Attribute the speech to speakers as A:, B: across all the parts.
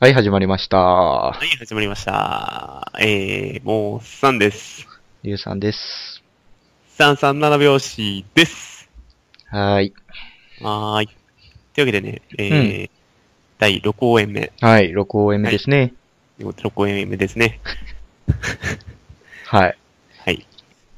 A: はい、始まりました。
B: はい、始まりました。えー、もう3です。
A: りゅうさんです。
B: 337拍子です。
A: はーい。
B: はーい。というわけでね、えー第6公演目、
A: はい、6応援目ですね。
B: 6公演目ですね。
A: はい。
B: はい。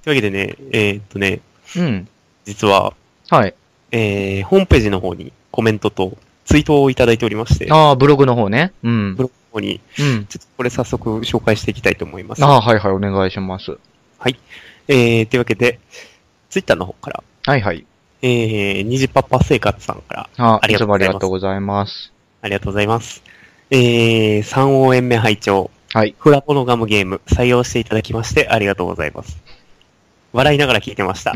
B: というわけでね、えーっとね、
A: うん。
B: 実は、
A: はい。
B: えー、ホームページの方にコメントとツイートをいただいておりまして、
A: ああ、ブログの方ね。うん
B: ブ。ログの方に、
A: うん。
B: ちょっとこれ早速紹介していきたいと思います。
A: ああ、はいはい、お願いします。
B: えー、というわけで、ツイッターの方から、
A: はいはい。
B: えー、にじパパ生活さんから、
A: ああ、
B: あ
A: い
B: りが
A: つ
B: とう
A: もあ
B: ご
A: り
B: ざいま
A: が
B: す
A: とうございます。
B: ありがとうございます。えー、3応援目拝聴。
A: はい。
B: フラボのガムゲーム、採用していただきましてありがとうございます。笑いながら聞いて ました。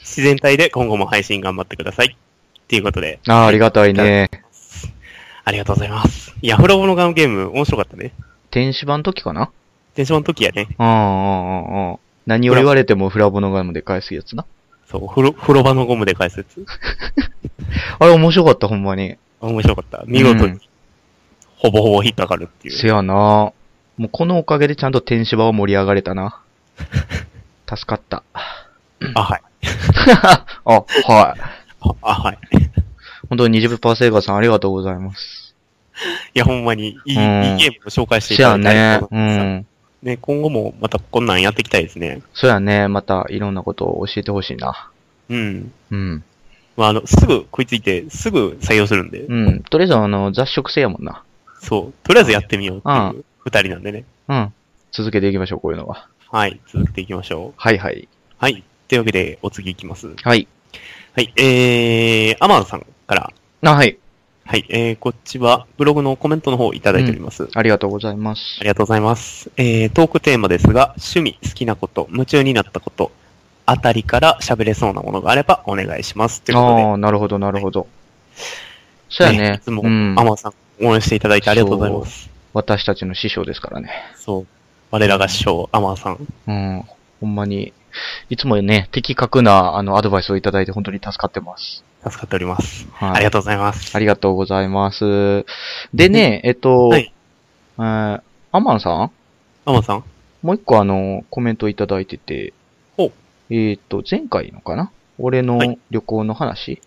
B: 自然体で今後も配信頑張ってください。っていうことで、
A: ああ、ありがたいね。
B: ありがとうございます。いや、フラボのガムゲーム、面白かったね。
A: 天使版時かな
B: テンションの時やね。
A: うんうんうんうん。何を言われてもフラボのガムで返すやつな。
B: そう、風呂、風呂場のゴムで返すやつ。
A: あれ面白かった、ほんまに。
B: 面白かった。見事
A: うん
B: に、ほぼほぼ引っかかるっていう。
A: せやなもうこのおかげでちゃんと天使版は盛り上がれたな。助かった。
B: あ、はい。
A: あ、はい。
B: あ、あはい。
A: 本当に20パーセーガーさんありがとうござい ます。
B: いや、ほんまに、いい、いい
A: うん
B: ゲームを紹介してい
A: そ
B: た
A: や
B: だいて
A: ね
B: ありがと。う
A: う
B: ございます
A: ん。
B: ね、今後もまたこんなんやっていきたいですね。
A: そやね。またいろんなことを教えてほしいな。
B: うん。
A: うん。
B: まあ、あの、すぐ食いついて、すぐ採用するんで、
A: うん。とりあえずあの、雑食性やもんな。
B: そう、とりあえずやってみようって
A: ああ
B: いう二人なんでね。
A: うん。続けていきましょう、こういうのは。
B: はい、続けていきましょう。
A: はいはい。
B: はい。というわけで、お次いきます。
A: はい。
B: はい、えー、アマンさんから、
A: あ、はい。
B: はい、えー、こっちはブログのコメントの方いただいております。
A: ありがとうございます。
B: ありがとうございます。えー、トークテーマですが、趣味、好きなこと、夢中になったこと、あたりから喋れそうなものがあればお願いします。ということで、
A: ああー、なるほど、なるほど。そやね。
B: いつも、
A: う
B: ア
A: ん。
B: マンさん応援していただいてありがとうございます。
A: 私たちの師匠ですからね。
B: そう。我らが師匠、アマーさん。
A: うん。ほんまに。いつもね、的確な、あの、アドバイスをいただいて本当に助かってます。
B: 助かっております。
A: はい。
B: ありがとうございます。
A: ありがとうございます。でね、えっと、
B: はい
A: えーアマンさん
B: アマーさん
A: もう一個あの、コメントいただいてて、
B: ほう
A: えーっと、前回のかな俺
B: は
A: の
B: い
A: 旅行の話、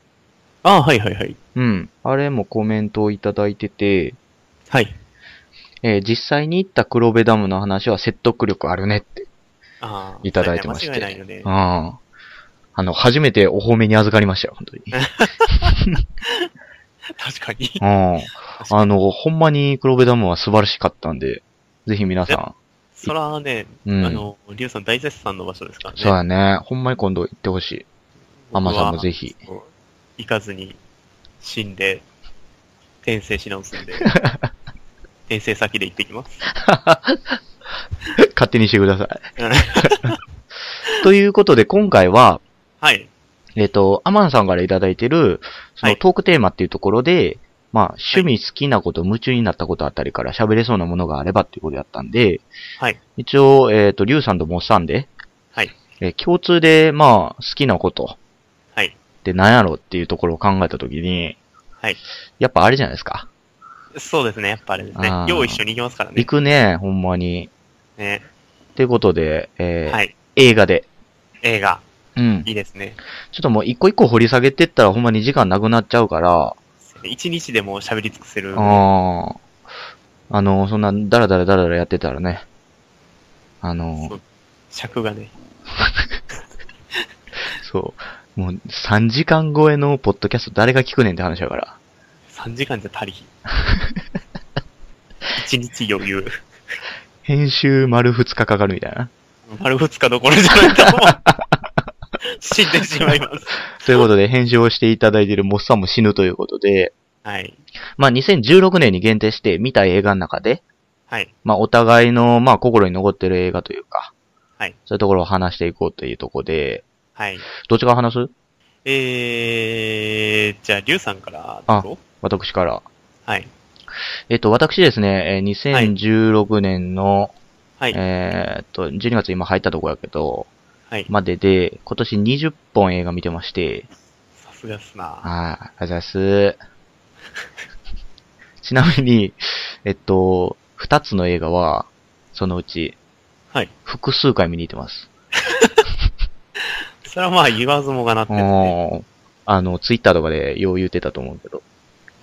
B: ああ、はいはいはい。
A: うん。あれもコメントをいただいてて、
B: はい。
A: えー実際に行った黒部ダムの話は説得力あるねって。
B: ああ。
A: いただいてまして
B: 間違いないので
A: うん。。あの、初めてお褒めに預かりましたよ、本当に。
B: 確かに。
A: うん。あの、ほんまに黒部ダムは素晴らしかったんで、ぜひ皆さ
B: そらね、
A: ん。うん。
B: あの、リュウさん大絶賛の場所ですからね。
A: そうやね。ほんまに今度行ってほしい。アマさんもぜひ。
B: 僕は。そう行かずに、死んで、転生し直 すんで。転生先で行ってきます。
A: 勝手にしてくださ い。ということで、今回は、
B: はい。
A: えっ、と、アマンさんからいただいてる、その
B: はい
A: トークテーマっていうところで、まあ、趣味、好きなこと、夢中になったことあたりから喋れそうなものがあればっていうことだったんで、
B: はい
A: 一応、えっ、と、リュウさんとモッさんで、
B: はい
A: えー共通で、まあ、好きなこと、
B: はい。
A: で、何やろっていうところを考えたときに、
B: はい。
A: やっぱあれじゃないですか。
B: そうですね、やっぱあれですね
A: ああ。
B: よう一緒に行きますからね
A: 行。くね、ほんまに。
B: ね。
A: っていうことで、えー
B: はい。
A: 映画で。
B: 映画、
A: うん。
B: いいですね。
A: ちょっともう一個一個掘り下げてったらほんまに時間なくなっちゃうから、
B: 一日でも喋り尽くせる。
A: ああ、あの、そんな、だらだらだらだらやってたらね、あの、
B: 尺がね。
A: そう、もう3時間超えのポッドキャスト誰が聞くねんって話だから。
B: 3時間じゃ足りひん。1日余裕。
A: 編集丸2日かかるみたいな。
B: 丸2日どころじゃないと思う。死んでしまいます。
A: という ことで、編集をしていただいているモッさんも死ぬということで、
B: はい。
A: まあ2016年に限定して見た映画の中で、
B: はい。
A: まあお互いの、まあ心に残ってる映画というか、
B: はい。
A: そういうところを話していこうというところで、
B: はい。
A: どっちが話す
B: えー、じゃあ、リュウさんからどうぞ
A: 私から。
B: はい。
A: えっと、私ですね、えー2016年の、
B: はい。
A: えーっと、12月今入ったとこやけど、
B: はい。
A: までで、今年20本映画見てまして、
B: さすがっすな。
A: はい、ありがとうございます。 ちなみに、えっと、二つの映画は、そのうち、
B: はい。
A: 複数回見に行ってます。
B: それはまあ言わずもがなって言
A: うん。あの、ツイッターとかでよう言ってたと思うけど。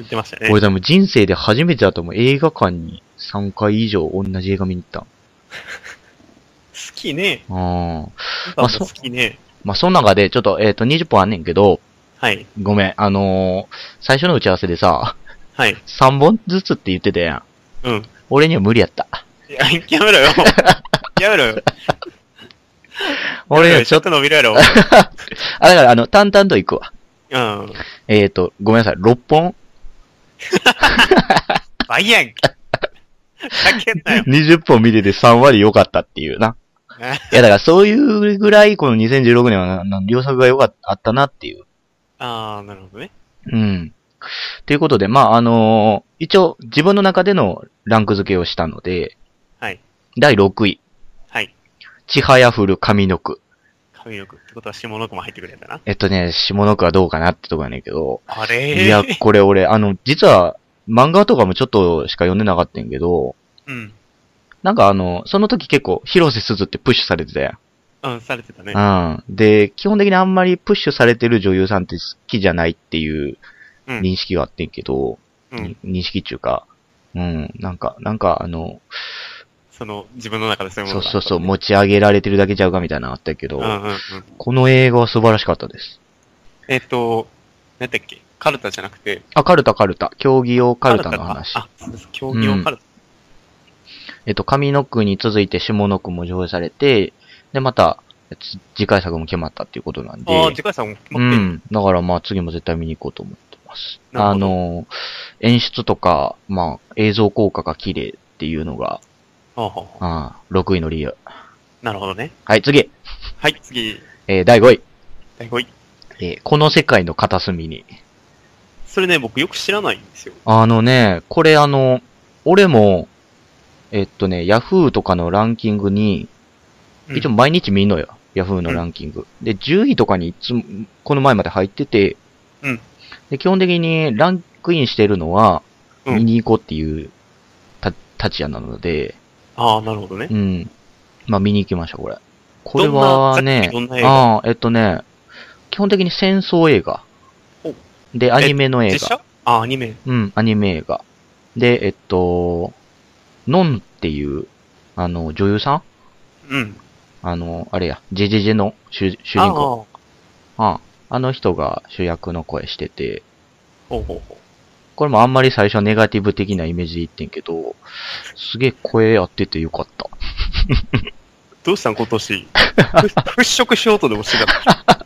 B: ってましたね。
A: 俺多分人生で初めてだと思う。映画館に3回以上同じ映画見に行った。
B: 好きね。
A: うん。あ
B: パパ
A: そ
B: も
A: う
B: 好きね。
A: まあ、その中で、ちょっと、えっ、と、20分あんねんけど、
B: はい。
A: ごめん、あのー最初の打ち合わせでさ、
B: はい。
A: 3本ずつって言ってたやん。
B: うん。
A: 俺には無理やった。
B: いや、や めろよ。やめろよ。
A: 俺にはち
B: ち
A: ょ
B: ょ
A: っ
B: っ
A: と、
B: と伸びろやろ。
A: あ、だから、あの、淡々と行くわ。
B: うん。
A: えっ、と、ごめんなさい、6本
B: バイやん。かけんなよ。
A: ?20 本見てて3割良かったっていう な。いや、だからそういうぐらい、この2016年は、な良作が良かった、あったなっていう。
B: ああ、なるほどね。
A: うん。ということで、まあ、あのー一応、自分の中でのランク付けをしたので、
B: はい。
A: 第6位、
B: はい。
A: ちはやふる上の句。
B: 上の句ってことは下の句も入ってくれたな。
A: えっとね、下の句はどうかなってとこやねんけど、
B: あれ
A: いや、これ俺、あの、実は、漫画とかもちょっとしか読んでなかったんやけど、
B: うん。
A: なんかあの、その時結構、広瀬すずってプッシュされてたやん。
B: うん、されてたね。
A: うん。で、基本的にあんまりプッシュされてる女優さんって好きじゃないっていう
B: うん
A: 認識があってんけど、
B: うん。
A: 認識っていうか、うん、なんか、なんかあの、
B: その、自分の中でそういうも
A: そ
B: の
A: う
B: があっ
A: そ
B: た
A: うそう、持ち上げられてるだけちゃうかみたいなのあったけど、
B: うんうんうん。
A: この映画は素晴らしかったです。
B: えっと、なんだっけカルタじゃなくて、
A: あ、カルタカルタ、競技用カルタの
B: か
A: 話。
B: あ、そうそう競技用カルタ。
A: えっと、上の句に続いて下の句も上映されて、で、また、つ次回作も決まったっていうことなんで。
B: ああ、次回さんも決
A: う
B: まってる。
A: ん。だからまあ次も絶対見に行こうと思ってます。
B: な
A: あ
B: るほど
A: の、演出とか、まあ映像効果が綺麗っていうのが、
B: ほうほうほ
A: ああ6位の理由。
B: うなるほどね。
A: はい、次。
B: はい、次、
A: えー第5位。
B: 第5位。
A: えーこの世界の片隅に。
B: それね、僕よく知らないんですよ。
A: あのね、これあの、俺も、えっとね、ヤフーとかのランキングに、
B: うん
A: 一応毎日見んのよ。ヤフーのランキング。で、10位とかにいつも、この前まで入ってて、
B: うん
A: で、基本的にランクインしてるのは、
B: うん
A: 見に行こうっていう、た、立ち屋なので、
B: ああ、なるほどね
A: う。ん。まあ見に行きましょう、これ。これは
B: は
A: ね、
B: どんな映画
A: ああ、えっとね、基本的に戦争映画
B: お。
A: で、アニメの映
B: 実
A: 画。
B: 写ああ、アニメ。
A: うん、アニメ映画。で、えっと、ノンっていう、あの、女優さん
B: うん。
A: あの、あれや、ジェジェジェの主主人公。
B: ああ、
A: ああの人が主役の声してて、
B: ほうほうほう。
A: これもあんまり最初はネガティブ的なイメージで言ってんけど、すげえ声合っててよかった。
B: どうしたん今年。ふ払拭しようとでもしてた。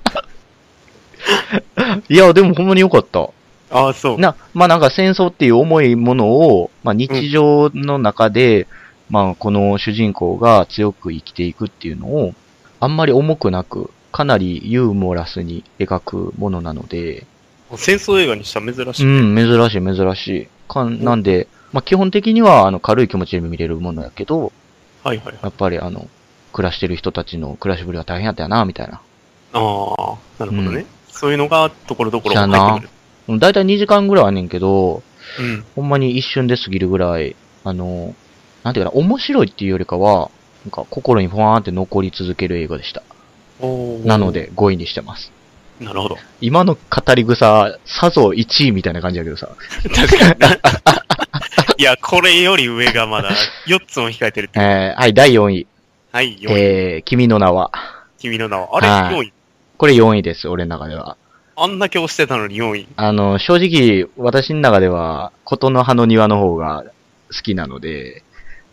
A: いや、でもほんまによかった。
B: ああ、そう。
A: な、まあなんか戦争っていう重いものを、まあ日常の中で、まあこの主人公が強く生きていくっていうのを、あんまり重くなく、かなりユーモラスに描くものなので、
B: 戦争映画にしたら珍し
A: う
B: い。
A: ん、珍しい珍しい。かんなんで、まあ基本的にはあの軽い気持ちで見れるものやけど、
B: はいはいはい。
A: やっぱりあの、暮らしてる人たちの暮らしぶりは大変やったよな、みたいな。
B: ああ、なるほど
A: う
B: ね。そういうのが、ところどころ
A: じゃあ
B: 入
A: な
B: って
A: だいたい2時間ぐらいはねんけど、
B: くる。うん。
A: ほんまに一瞬で過ぎるぐらい、あの、なんていうかな、面白いっていうよりかは、なんか心にファーンって残り続ける映画でした。
B: おー
A: なの。で5位にしてます。
B: なるほど。
A: 今の語り草、さぞ1位みたいな感じだけどさ。
B: 確かにな。いや、これより上がまだ4つも控えてるっていう。
A: えー、はい、第4位。
B: はい、4位。
A: えー、君の名は。
B: 君の名
A: は
B: は。
A: い
B: あれ ?4 位。
A: これ4位です、俺の中では。
B: あんだけ押してたのに4位。
A: あの、正直、私の中では、琴の葉の庭の方が好きなので、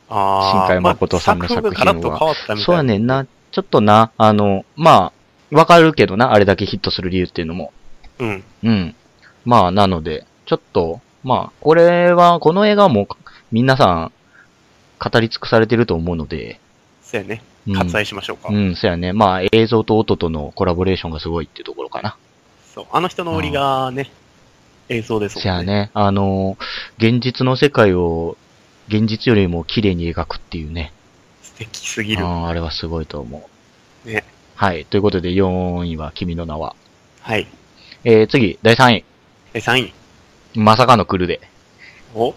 B: あー
A: 新海誠さんの作品は
B: まあがガラッと変わったみたいな。
A: そうやねんな。ちょっとな、あの、まあ、わかるけどな、あれだけヒットする理由っていうのも。
B: うん。
A: うん。まあ、なので、ちょっと、まあ、これは、この映画はもう、皆さん、語り尽くされてると思うので、
B: そうやね。
A: うん、
B: 割愛しましょうか。
A: うん、そうやね。まあ、映像と音とのコラボレーションがすごいっていうところかな。
B: そう。あの人の売りがね、映像ですもん
A: じゃあ。ね、あの、現実の世界を、現実よりも綺麗に描くっていうね。
B: 素敵すぎ
A: う
B: る。は
A: んあれはすごいと思う。
B: ね。
A: はい。ということで、4位は君の名は。
B: い。
A: えー、次、第3位。
B: え、3位。
A: まさかの来るで。
B: お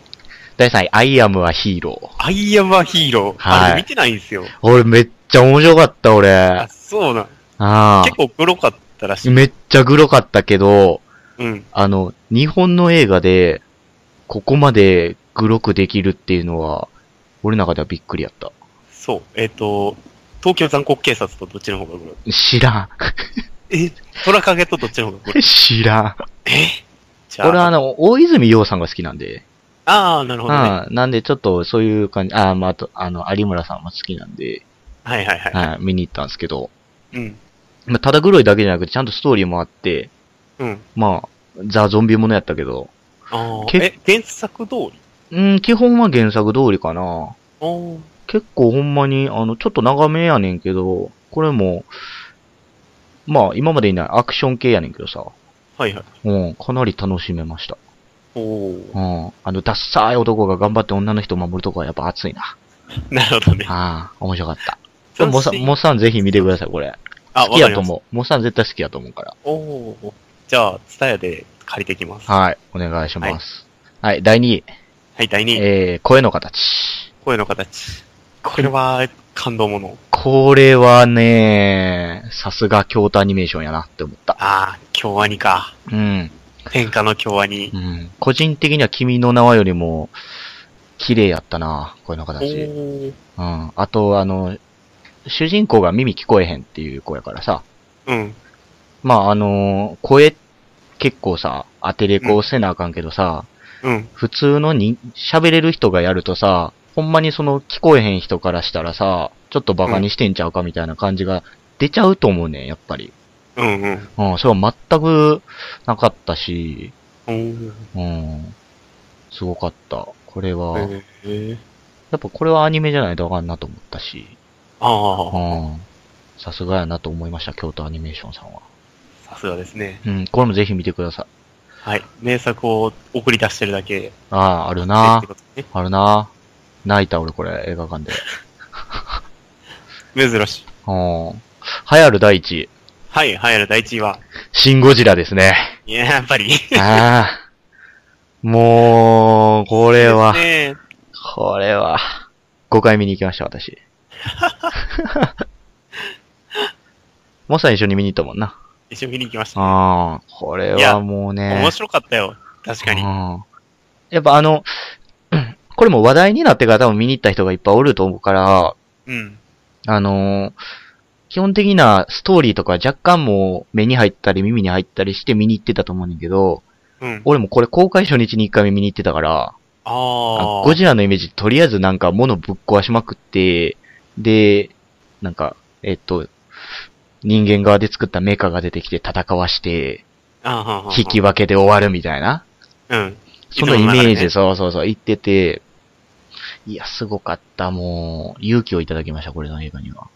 A: 第3位、アイアムはヒーロー。
B: アイアムはヒーロー。
A: はい
B: あれ見てないんですよ。
A: 俺めっちゃ面白かった、俺。
B: あ、
A: あ
B: そうなん。
A: あ
B: 結。構黒かったらしい。
A: めっちゃグロかったけど、
B: うん。
A: あの、日本の映画で、ここまでグロくできるっていうのは、俺の中ではびっくりやった。
B: そう。えっ、と、東京残酷警察とどっちの方が黒い
A: 知ら
B: え虎影とどっちの方が黒い
A: ん。 知らん。
B: じゃあ
A: 俺はあの、大泉洋さんが好きなんで。
B: ああ、なるほどね。
A: うん。なんでちょっとそういう感じ、ああ、まあ、あと、あの、有村さんも好きなんで、
B: はいはいはい。
A: はい、見に行ったんですけど、
B: うん。
A: まあ、ただ黒いだけじゃなくて、ちゃんとストーリーもあって、
B: うん。
A: まあ、ザ・ゾンビものやったけど、
B: ああ。
A: け
B: え、原作通り
A: うん、基本は原作通りかな。
B: おー
A: 結構ほんまに、あの、ちょっと長めやねんけど、これも、まあ、今までにないアクション系やねんけどさ、
B: はいはい。
A: うん、かなり楽しめました。
B: お
A: う
B: お。
A: ん、あの、ダッサーい男が頑張って女の人を守るとこはやっぱ熱いな。
B: なるほどね。
A: ああ、面白かった。
B: その
A: モさん、
B: シーン
A: モさんぜひ見てください、これ。
B: あ、
A: 好きやと
B: わかりました
A: 思う。モさん絶対好きやと思うから。
B: おお。じゃあ、ツタヤで借りてきます。は
A: はい、お願いします。はい、第2位。
B: い、第2位、
A: えー、声の形。
B: 声の形。これは、感動もの。
A: これはね、さすが京都アニメーションやなって思った。
B: ああ、京アニか。
A: うん。
B: 天下の京アニ
A: う。ん。個人的には君の名はよりも、綺麗やったな、声の
B: お
A: 形。うん。
B: ー
A: あと、あの、主人公が耳聞こえへんっていう子やからさ。
B: うん。
A: まあ、あのー声、結構さ、当てれこせなあかんけどさ、
B: うん。
A: 普通のに、喋れる人がやるとさ、ほんまにその聞こえへん人からしたらさ、ちょっとバカにしてんちゃうかみたいな感じが出ちゃうと思うねん、やっぱり。
B: うんうん。
A: うん、それは全くなかったし、
B: おー
A: うん、すごかった。これは、や
B: へえ。
A: っぱこれはアニメじゃないとあかんなと思ったし、う
B: あ
A: ん、さすがやなと思いました、京都アニメーションさんは。
B: あ、さすがですね。
A: うん、これもぜひ見てください。
B: はい。名作を送り出してるだけ。
A: ああ、あるな
B: ってことね
A: あるな泣いた俺これ、映画館で。
B: 珍しい。
A: うん。流行る第一位、
B: はい、流行る第1位は。
A: シンゴジラです ね。
B: いや、やっぱり。
A: ああ。もう、これは、
B: ね
A: これは、5回見に行きました、 私。もさん一緒に見に行ったもんな。
B: 一緒に見に行きました。
A: ああ、これ
B: い
A: は
B: や
A: もうね。
B: 面白かったよ。確かに
A: う。んやっぱあの、 これも話題になってから多分見に行った人がいっぱいおると思うから、
B: うん。
A: あのー基本的なストーリーとか若干もう目に入ったり耳に入ったりして見に行ってたと思うねんだけど、
B: うん。
A: 俺もこれ公開初日に1回目見に行ってたから、
B: ああ。
A: ゴジラのイメージ、とりあえずなんか物ぶっ壊しまくって、で、なんか、えっと、人間側で作ったメーカーが出てきて戦わして、
B: ああ
A: 引き分けで終わるみたいな、
B: うん。
A: そのイメージ、
B: いつ
A: そうそうそう、言ってて、いや、すごかった、もう、勇気をいただきました、これの映画には。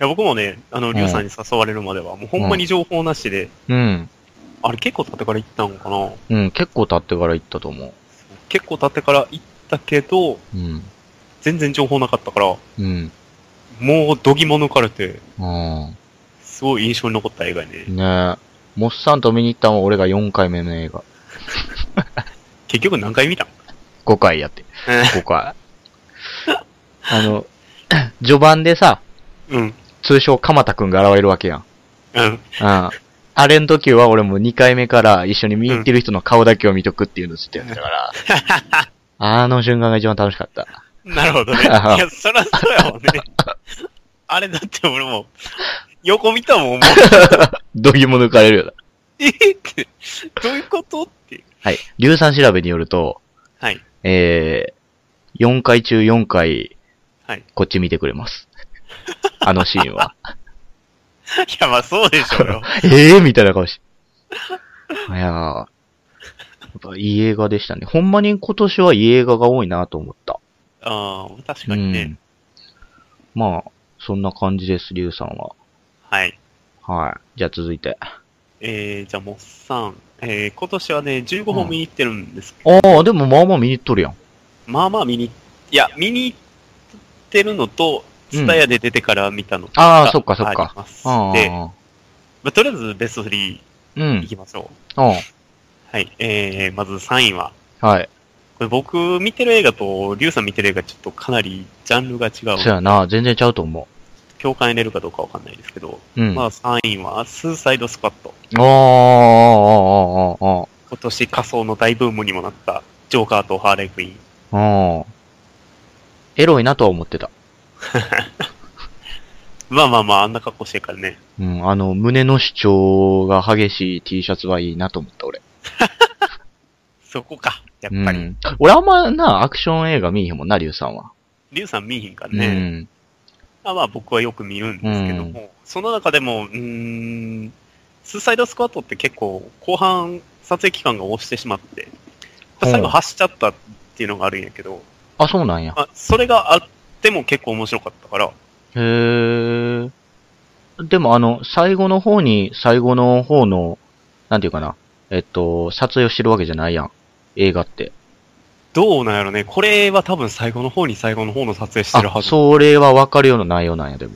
B: いや、僕もね、あの、リュウさんに誘われるまでは、もうほんまに情報なしで、
A: うん。
B: あれ結構経ってから行ったのかな
A: うん、結構経ってから行ったと思
B: 結構経ってから行ったけど、
A: う。うん。
B: 全然情報なかったから、
A: うん。
B: もうどぎも抜かれて、
A: うん。
B: すごい印象に残った映画やね。
A: ねえ。モッサンと見に行ったのは俺が4回目の映画。
B: 結局何回見たん
A: 5回やって。
B: え
A: 5回。あの、序盤でさ、
B: うん。
A: 通称鎌田くんが現れるわけやん。
B: うん。
A: うん。あれの時は俺も2回目から一緒に見に行ってる人の顔だけを見とくっていうのをずっとやってた から。あの瞬間が一番楽しかった。
B: なるほどね。い や、そらそうやもんね。あれだって俺も、横見たもん、も う。
A: どぎも抜かれるよな。
B: えって、どういうことって。
A: はい。硫酸調べによると、
B: はい。
A: えー、4回中4回、
B: はい。
A: こっち見てくれます。あのシーンは。
B: いや、まあそうでしょ うよ。
A: ええー、みたいな顔して。いやーやっぱいい映画でしたね。ほんまに今年はいい映画が多いなと思った。
B: ああ、確かにね。
A: うん。まあ、そんな感じです、リュウさんは。
B: はい。
A: はい。じゃあ続いて。
B: えー、じゃあ、モッサン。えー、今年はね、15本見に行ってるんですけど、
A: ああ、でもまあまあ見に行っとるやん。
B: まあまあ見に、いや、見に行ってるのと、
A: うん
B: ツタヤで出てから見たの
A: ああ、そっかそっ
B: あ
A: か
B: り。ます
A: あ
B: で、
A: あ。
B: まあ、とりあえずベスト3
A: う
B: い
A: ん。
B: きましょう。
A: うん。
B: はい。えー、まず3位は、
A: はい。
B: これ僕見てる映画と、リュウさん見てる映画、ちょっとかなりジャンルが違
A: そう
B: う。
A: やな、全然ちゃうと思
B: 共感得れるかどうかわかんないですけど、
A: う。うん。
B: ま
A: あ
B: あ3位は、スーサイドスパット。
A: ー、あー、あー、あー、
B: 今年仮想の大ブームにもなった、ジョーカーとハーレークイーン。
A: あー。うんエロいなとは思ってた。
B: まあまあまあ、あんな格好してるからね。
A: うん、あの、胸の主張が激しい T シャツはいいなと思った、俺。
B: そこか、や
A: う
B: っぱり。
A: ん。俺あんまな、アクション映画見えへんもんな、リュウさんは。
B: リュウさん見えへんから
A: う
B: ね。
A: ん。
B: まあまあ僕はよく見るんですけども、その中でも、うーん、スーサイドスクワットって結構後半撮影期間が押してしまって、
A: うん
B: 最後走っちゃったっていうのがあるんやけど、
A: あ、そうなんや。
B: まあ、それがあっても結構面白かったから、
A: へー。でもあの、最後の方に、最後の方の、なんていうかな、えっと、撮影をしてるわけじゃないやん。映画って。
B: どうなんやろね、これは多分最後の方に最後の方の撮影してるは
A: あ、
B: ず。
A: それはわかるような内容なんや、でも。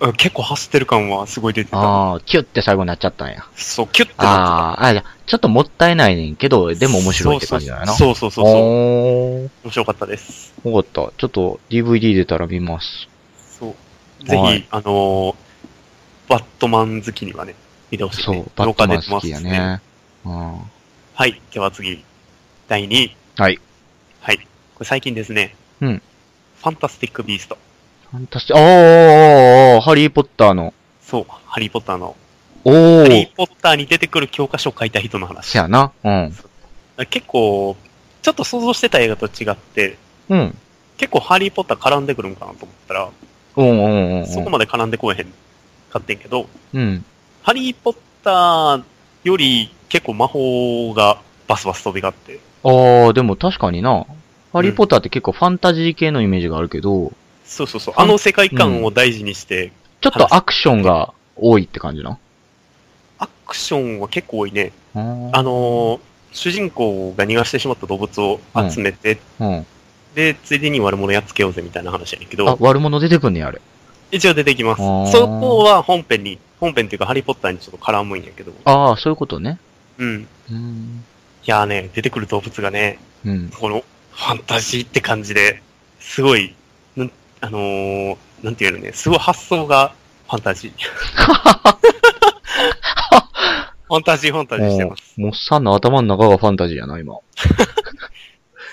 B: うん結構走ってる感はすごい出てた。
A: ああ、キュッて最後になっちゃったんや。
B: そう、キュッてなって
A: ああ、あ、いや、ちょっともったいないねんけど、
B: た。
A: でも面白いって感じだよな。
B: そうそうそうそうそう。
A: おー
B: 面白かったです。
A: よかった。ちょっと DVD 出たら見ます。
B: そう。ぜひ、
A: はい
B: あのーバットマン好きにはね、見てほしい、
A: そ
B: ね。
A: う、バットマン好きや
B: 廊下で出てます
A: ね。うん。
B: はい。では次。第2位。
A: はい。
B: はい。これ最近ですね。
A: うん
B: ファンタスティック・ビースト。
A: ファンタスティック、おーおーおーおー、ハリーポッターの。
B: そう。ハリー・ポッターの。
A: お
B: ハ
A: ー
B: リー・ポッターに出てくる教科書を書いた人の話。
A: せやな。うん。
B: 結構、ちょっと想像してた映画と違って、
A: うん。
B: 結構ハリー・ポッター絡んでくるんかなと思ったら、
A: うんうんうんうん。
B: そこまで絡んでこえへんかってんけど、
A: うん。
B: ハリー・ポッターより結構魔法がバスバス飛びがあって、
A: ああ、でも確かにな。ハリーポッターって結構ファンタジー系のイメージがあるけど、
B: そうそうそう、あの世界観を大事にして、
A: ちょっとアクションが多いって感じな。
B: アクションは結構多いね。
A: あー
B: あのー主人公が逃がしてしまった動物を集めて、
A: うん。
B: で、ついでに悪者やっつけようぜみたいな話やねんけ
A: あ
B: ど、、
A: 悪者出てくんねや、あれ。
B: 一応出てきます
A: あー。
B: そこは本編に、本編っていうかハリーポッターにちょっと絡むんやけど、
A: ああ、そういうことね。
B: うん。いう
A: ーん。
B: やーね、出てくる動物がね、
A: うん。
B: このファンタジーって感じで、すごい、なんあのーなんていうのね、すごい発想がファンタ ジー。ファンタジーファンタジーしてます。
A: もっさんの頭の中がファンタジーやな、今。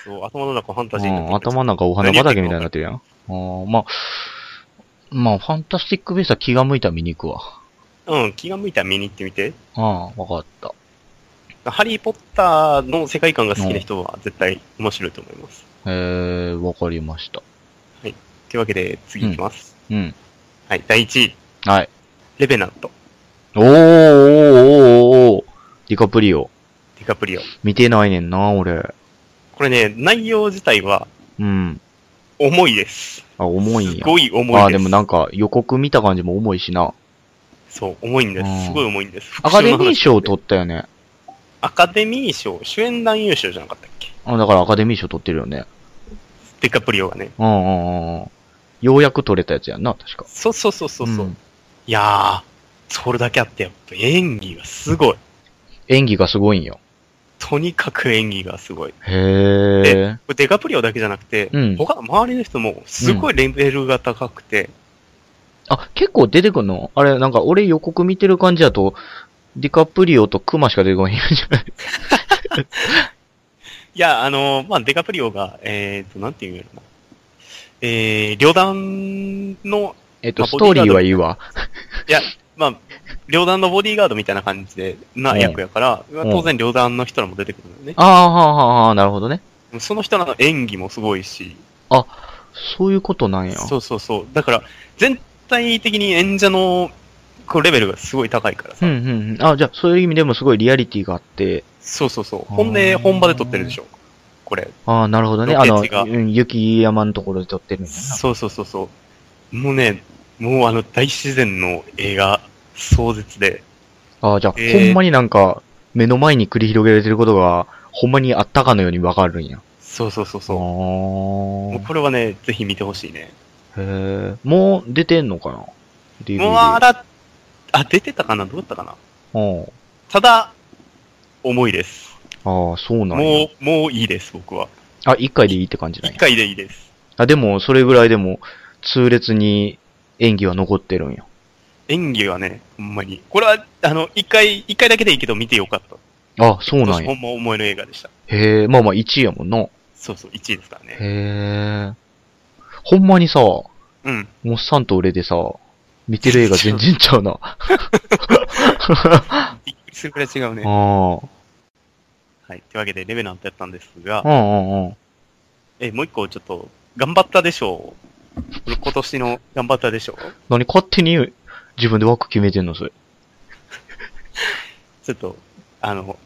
B: そう頭の中ファンタ
A: う
B: ジーになっ
A: ん、
B: てるんです
A: 頭の中お花畑みたいになってるやん。ああ、まあ、まあ、ファンタスティックベースは気が向いたら見に行くわ。
B: うん、気が向いたら見に行ってみて。
A: ああ、わかった。
B: ハリー・ポッターの世界観が好きな人は絶対面白いと思います。
A: えー、わかりました。
B: というわけで、次行きます。
A: うん。
B: はい、第1位、
A: はい。
B: レベナント、
A: おーおーおーおーディカプリオ。
B: ディカプリオ。
A: 見てないねんな、俺。
B: これね、内容自体は
A: うん。
B: 重いです。
A: あ、重いん
B: す
A: や。
B: ごい重いです。
A: あ、でもなんか予告見た感じも重いしな。
B: そう、重いんで
A: うん
B: す。すごい重いんです。
A: アカデミー賞
B: と
A: 取ったよね。
B: アカデミー賞、主演男優賞じゃなかったっけ
A: あ、だからアカデミー賞取ってるよね。
B: デカプリオがね。
A: うんうんうんうん。ようやく取れたやつやんな、確か。
B: そうそうそうそうそう、
A: ん
B: いやー、それだけあって、やっぱ演技がすごい。
A: 演技がすごいんよ。
B: とにかく演技がすごい。こ
A: へえ。
B: れデカプリオだけじゃなくて、
A: うん
B: 他の周りの人もすごいレベルが高くて、
A: あ、結構出てくんのあれ、なんか俺予告見てる感じだと、ディカプリオとクマしか出てこないんじゃない
B: いや、あのーまあ、デカプリオが、えーと、なんていうんやろな。えー、旅団の、
A: えっと、ストーリーはいいわ。
B: まあ、旅団のボディーガードみたいな感じで、な
A: うん
B: 役やから、まあ
A: うん
B: 当然旅団の人らも出てくるのよね。
A: ああ、はあはあはあ、なるほどね。
B: その人らの演技もすごいし、
A: そういうことなんや。
B: そうそうそう。だから、全体的に演者の、こう、レベルがすごい高いから
A: う
B: さ。
A: んうんうん。あ、じゃあ、そういう意味でもすごいリアリティがあって、
B: そうそうそう。
A: あー
B: ほんで、本場で撮ってるでしょ。これ。
A: ああ、なるほどね。あ
B: ロ
A: の、
B: ケ地が
A: うん雪山のところで撮ってるんだな。
B: そうそうそうそう。もうね、もうあの、大自然の映画、壮絶で、
A: ああ、じゃあ、
B: えー
A: ほんまになんか、目の前に繰り広げられてることが、ほんまにあったかのようにわかるんや。
B: そうそうそうそう。もう
A: う。
B: これはね、ぜひ見てほしいね。
A: へえ。もう出てんのかな ?DVD。
B: もうあら、あ、出てたかなどうだったかな
A: うん
B: ただ、重いです。
A: ああ、そうなんや。
B: もう、もういいです、僕は。
A: あ、一回でいいって感じなん
B: 一
A: や。
B: 回でいいです。
A: あ、でも、それぐらいでも、痛烈に演技は残ってるんや。
B: 演技はね、ほんまに。これは、あの、一回、一回だけでいいけど見てよかった。
A: あ、そうなん
B: ほ
A: や。
B: んま思える映画でした。
A: へえ、まあまあ1位やもんな。へ
B: そうそう、1位ですからね。
A: え。ほんまにさ、モ
B: うん。
A: ッサンと俺でさ、見てる映画全然ちゃうな。あ
B: びっくりするくらい違うね。
A: あ。
B: はい。というわけで、レベナントやったんですが
A: う、んうんうん。
B: え、もう一個ちょっと、頑張ったでしょう。これ今年の頑張ったでしょう。
A: 何勝手に自分で枠決めてんのそれ。
B: ちょっと、あの、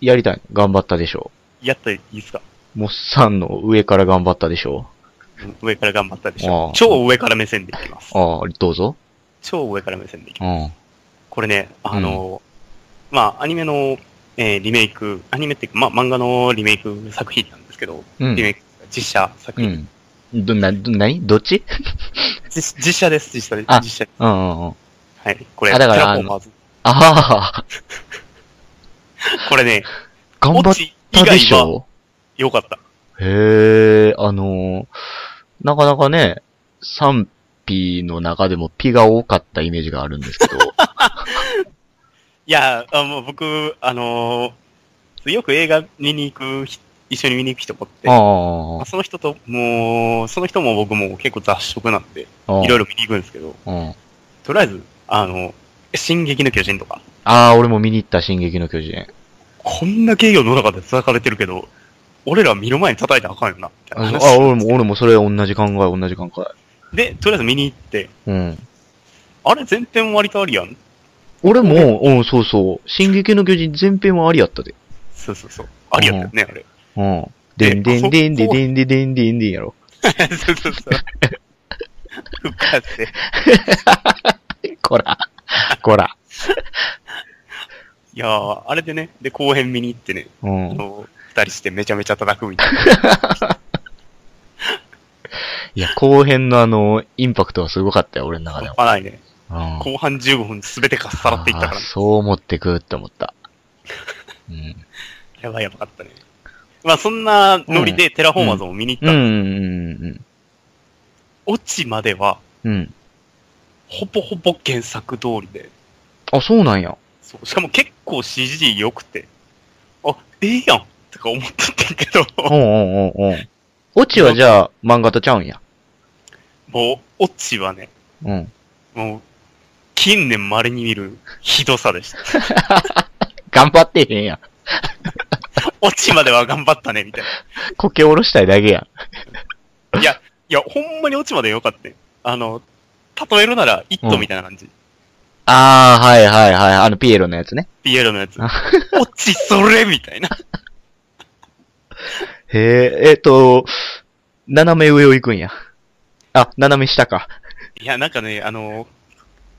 A: やりたい。頑張ったでしょ。
B: やったらいいですか
A: モッサンの上から頑張ったでしょ。
B: 上から頑張ったでし
A: あ
B: ょ
A: あ。
B: 超上から目線でいきます。
A: ああ、どうぞ。
B: 超上から目線でいき
A: う
B: ます。
A: ん。
B: これね、あの、まあ、アニメの、えーリメイク、アニメっていうか、まあ、漫画のリメイク作品なんですけど、
A: う
B: リメ
A: ん。
B: イク、実写作
A: う
B: 品、
A: ん。ど、な、ど、なにどっち
B: 実実写です、実写です。
A: あ
B: 実写。
A: うんうんうん。
B: はい。これ、
A: あだから
B: トラフォーマーズ
A: ああ、
B: これね、
A: 頑張
B: オ
A: っ
B: チ以
A: た
B: 外
A: でし
B: は
A: ょ。
B: 良かった。
A: へえ、あのーなかなかね、賛否の中でもピが多かったイメージがあるんですけ ど。
B: いや、あもう僕、あのーよく映画見に行く人、一緒に見に行く人もって、ま
A: あ
B: あその人と、もう、その人も僕も結構雑食なんで、
A: あ、ああ
B: いろいろ見に行くんですけど、
A: うん。
B: とりあえず、あの、進撃の巨人とか、
A: ああ、俺も見に行った、進撃の巨人。
B: こんな企業の中で叩かれてるけど、俺ら見る前に叩いたらあかんよな、みたい
A: あ、
B: な
A: あ
B: 話
A: 俺も、俺もそれ同じ考え、同じ考
B: で、とりあえず見に行って、
A: え。うん。
B: あれ前編割とありやん
A: 俺も、うん、そうそう。進撃の巨人前編はありやったで。
B: そうそうそう。ありやったよね、あれ。
A: うん。でんでんでんでんでんでんでんでんでんやろ。
B: そうそうそう。復活で。
A: こら。こら。
B: いやー、あれでね、で、後編見に行ってね、
A: う
B: あ
A: ん。
B: の、二人してめちゃめちゃ叩くみたいな。
A: いや、後編のあの、インパクトはすごかったよ、俺の中でも。
B: あないね。
A: うん。
B: 後半15分すべてかっさらっていったか
A: あ
B: ら
A: ー、そう思ってくって思 った。うん。
B: やばいやばかったね。まあそんなノリでテラフォーマーズも見に行っ
A: う
B: た。
A: ん。
B: オチまでは、
A: うん。
B: ほぼほぼ原作通りで。
A: あ、そうなんや。
B: そうしかも結構 CG 良くて。あ、ええやんとか思ったんだけど、
A: うんうんうんうん。オチはじゃあ、漫画とちゃうんや。
B: もう、オチはね、
A: うん。
B: もう、近年稀に見るひどさでした。
A: 頑張ってへんやん。
B: オチまでは頑張ったね、みたいな。
A: こけおろしたいだけやん。
B: いや、ほんまにオチまで良かったね。あの、例えるなら、イットみたいな感じ。
A: あー、はいはいはい。あの、ピエロのやつね。
B: ピエロのやつ
A: あ。
B: オチそれみたいな。
A: へえ、えっと、斜め上を行くんや。あ、斜め下 か。
B: いや、なんかね、あの、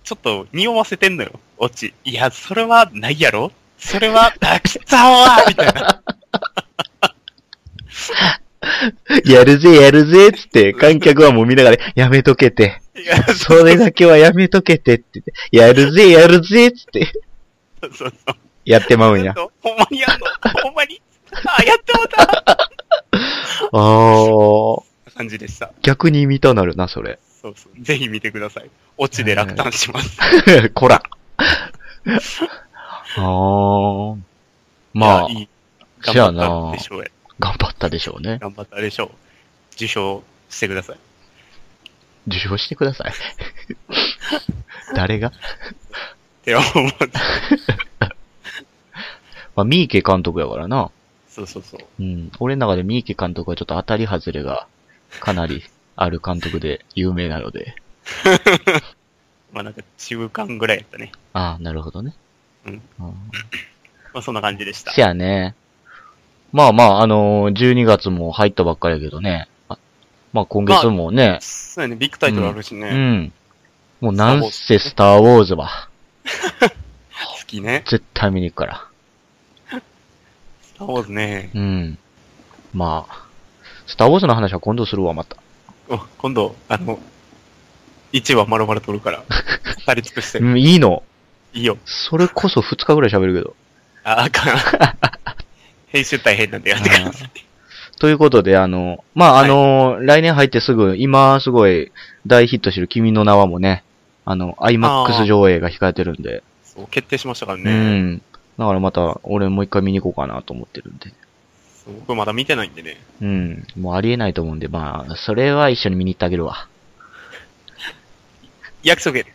B: ちょっと匂わせてんのよ、オチ。いや、それはないやろそれは、あ、きたわみたい な。
A: やるぜ、やるぜ、つって、観客はもう見ながら、やめとけて。
B: いや、そう
A: それだけはやめとけてって言って、やるぜ、やるぜ、つって、
B: そうそう。
A: やってまうん
B: や
A: や
B: ん。のほんまにやんのほんまにあ、やってもうた
A: あー、
B: 感じでした。
A: 逆に見たなるな、それ。
B: そうそう。ぜひ見てください。オチで落胆します。
A: こら。 あー、まあ
B: いやいい
A: せや
B: 頑
A: な
B: 張ったでしょうや。
A: 頑張ったでしょうね。
B: 頑張ったでしょう。受賞してください。
A: 受賞してください。 誰が
B: って思って。
A: まあ、三池監督やからな。
B: そうそうそう。
A: うん。俺の中で三池監督はちょっと当たり外れがかなりある監督で有名なので。
B: まあなんか中間ぐらいやったね。
A: ああ、なるほどね。
B: うん
A: うん
B: まあそんな感じでした。
A: せやね。まあまあ、あのー、12月も入ったばっかりやけどね。あまあ今月もね、
B: そうやね、ビッグタイトルあるしね。
A: うん。もうなんせスターウォーズは、
B: 好きね。
A: 絶対見に行くから。
B: スターウォーズね。
A: うん。まあ、スターウォーズの話は今度するわ、また。
B: お今度、あの、1話丸々撮るから、語り尽くして
A: う。ん、いいの。
B: いいよ。
A: それこそ2日ぐらい喋るけど。
B: あ、あかん。編集大変なんでやってください。
A: ということで、あの、まあ、あの、来年入ってすぐ、今すごい大ヒットしてる君の名はもね、あの、IMAX 上映が控えてるんで、
B: そう、決定しましたから
A: う
B: ね。
A: ん。だからまた、俺もう一回見に行こうかなと思ってるんで。
B: そう僕まだ見てないんでね。
A: うん。もうありえないと思うんで、まあ、それは一緒に見に行ってあげるわ。
B: 約束 やで。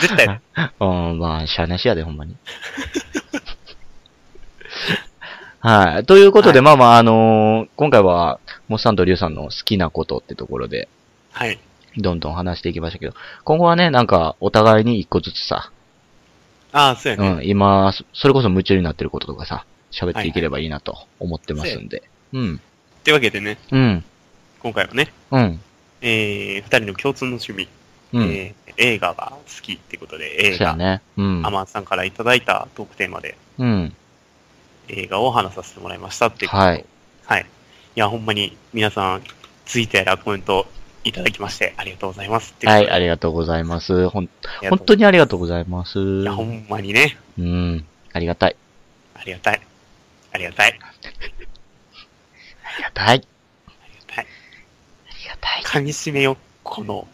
B: 絶対やで。
A: うん、まあ、しゃあなしやで、ほんまに。はい。ということで、まあまあ、あのー今回は、モッサンとリュウさんの好きなことってところで、
B: はい。
A: どんどん話していきましたけど、今後はね、なんか、お互いに一個ずつさ、
B: ああ、そうや
A: う
B: ね。
A: ん、今、そそれこそ夢中になってることとかさ、喋っていければいいなと思ってますんで。うん。
B: ってわけでね、
A: うん。
B: 今回はね、
A: うん。
B: えー、二人の共通の趣味、
A: うん。
B: えー、映画が好きってことで、映
A: そうや
B: 画、
A: ね。うん
B: ア。マンさんからいただいたトークテーマで
A: うん。
B: 映画を話させてもらいましたっていうこと。
A: はい。
B: はい。いや、ほんまに皆さん、ツイッターやらコメントいただきまして、ありがとうございますって
A: はい、あ
B: り
A: りがとうございます。ほん、本
B: に。
A: 当にありがとうございます。
B: いや、ほんまにね、
A: うん。ありがたい。
B: ありがたい。ありがたい。
A: ありがたい。
B: あ
A: あ
B: りがたい。
A: りがた い。
B: 噛み締めよ、この、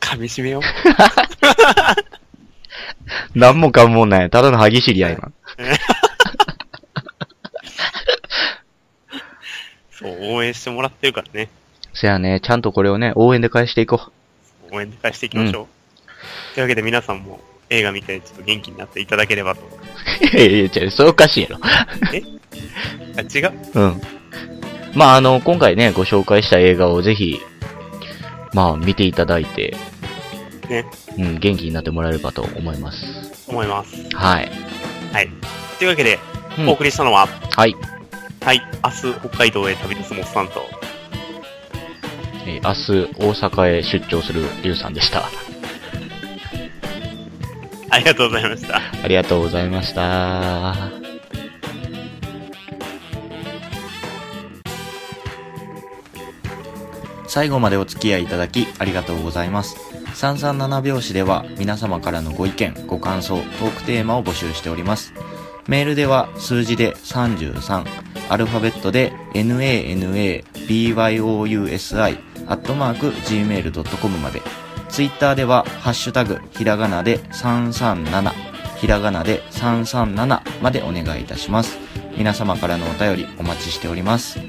B: 噛み締めよ。
A: なんもかもない。ただの歯ぎしりや、今。
B: そう、応援してもらってるからね。
A: そやね、ちゃんとこれをね、応援で返していこ
B: 応援で返していきましょう。というわけで皆さんも映画見てちょっと元気になっていただければと。
A: う。 いやいやいや、それおかしいやろ。
B: あ、違う
A: うん。まあ、あの、今回ね、ご紹介した映画をぜひ、まあ、見ていただいて、
B: ね、
A: うん、元気になってもらえればと思います。
B: 思います。
A: はい。
B: はい。というわけで、
A: うん
B: お送りしたのは、
A: はい。
B: はい、明日北海道へ旅立つモスさんと、
A: えー明日、大阪へ出張するリュウさんでした。
B: ありがとうございました。
A: ありがとうございました。
C: 最後までお付き合いいただきありがとうございます。337拍子では皆様からのご意見、ご感想、トークテーマを募集しております。メールでは数字で33、アルファベットで nanabyousi、アットマーク gmail.com まで。ツイッターではハッシュタグ、ひらがなで337、ひらがなで337までお願いいたします。皆様からのお便りお待ちしております。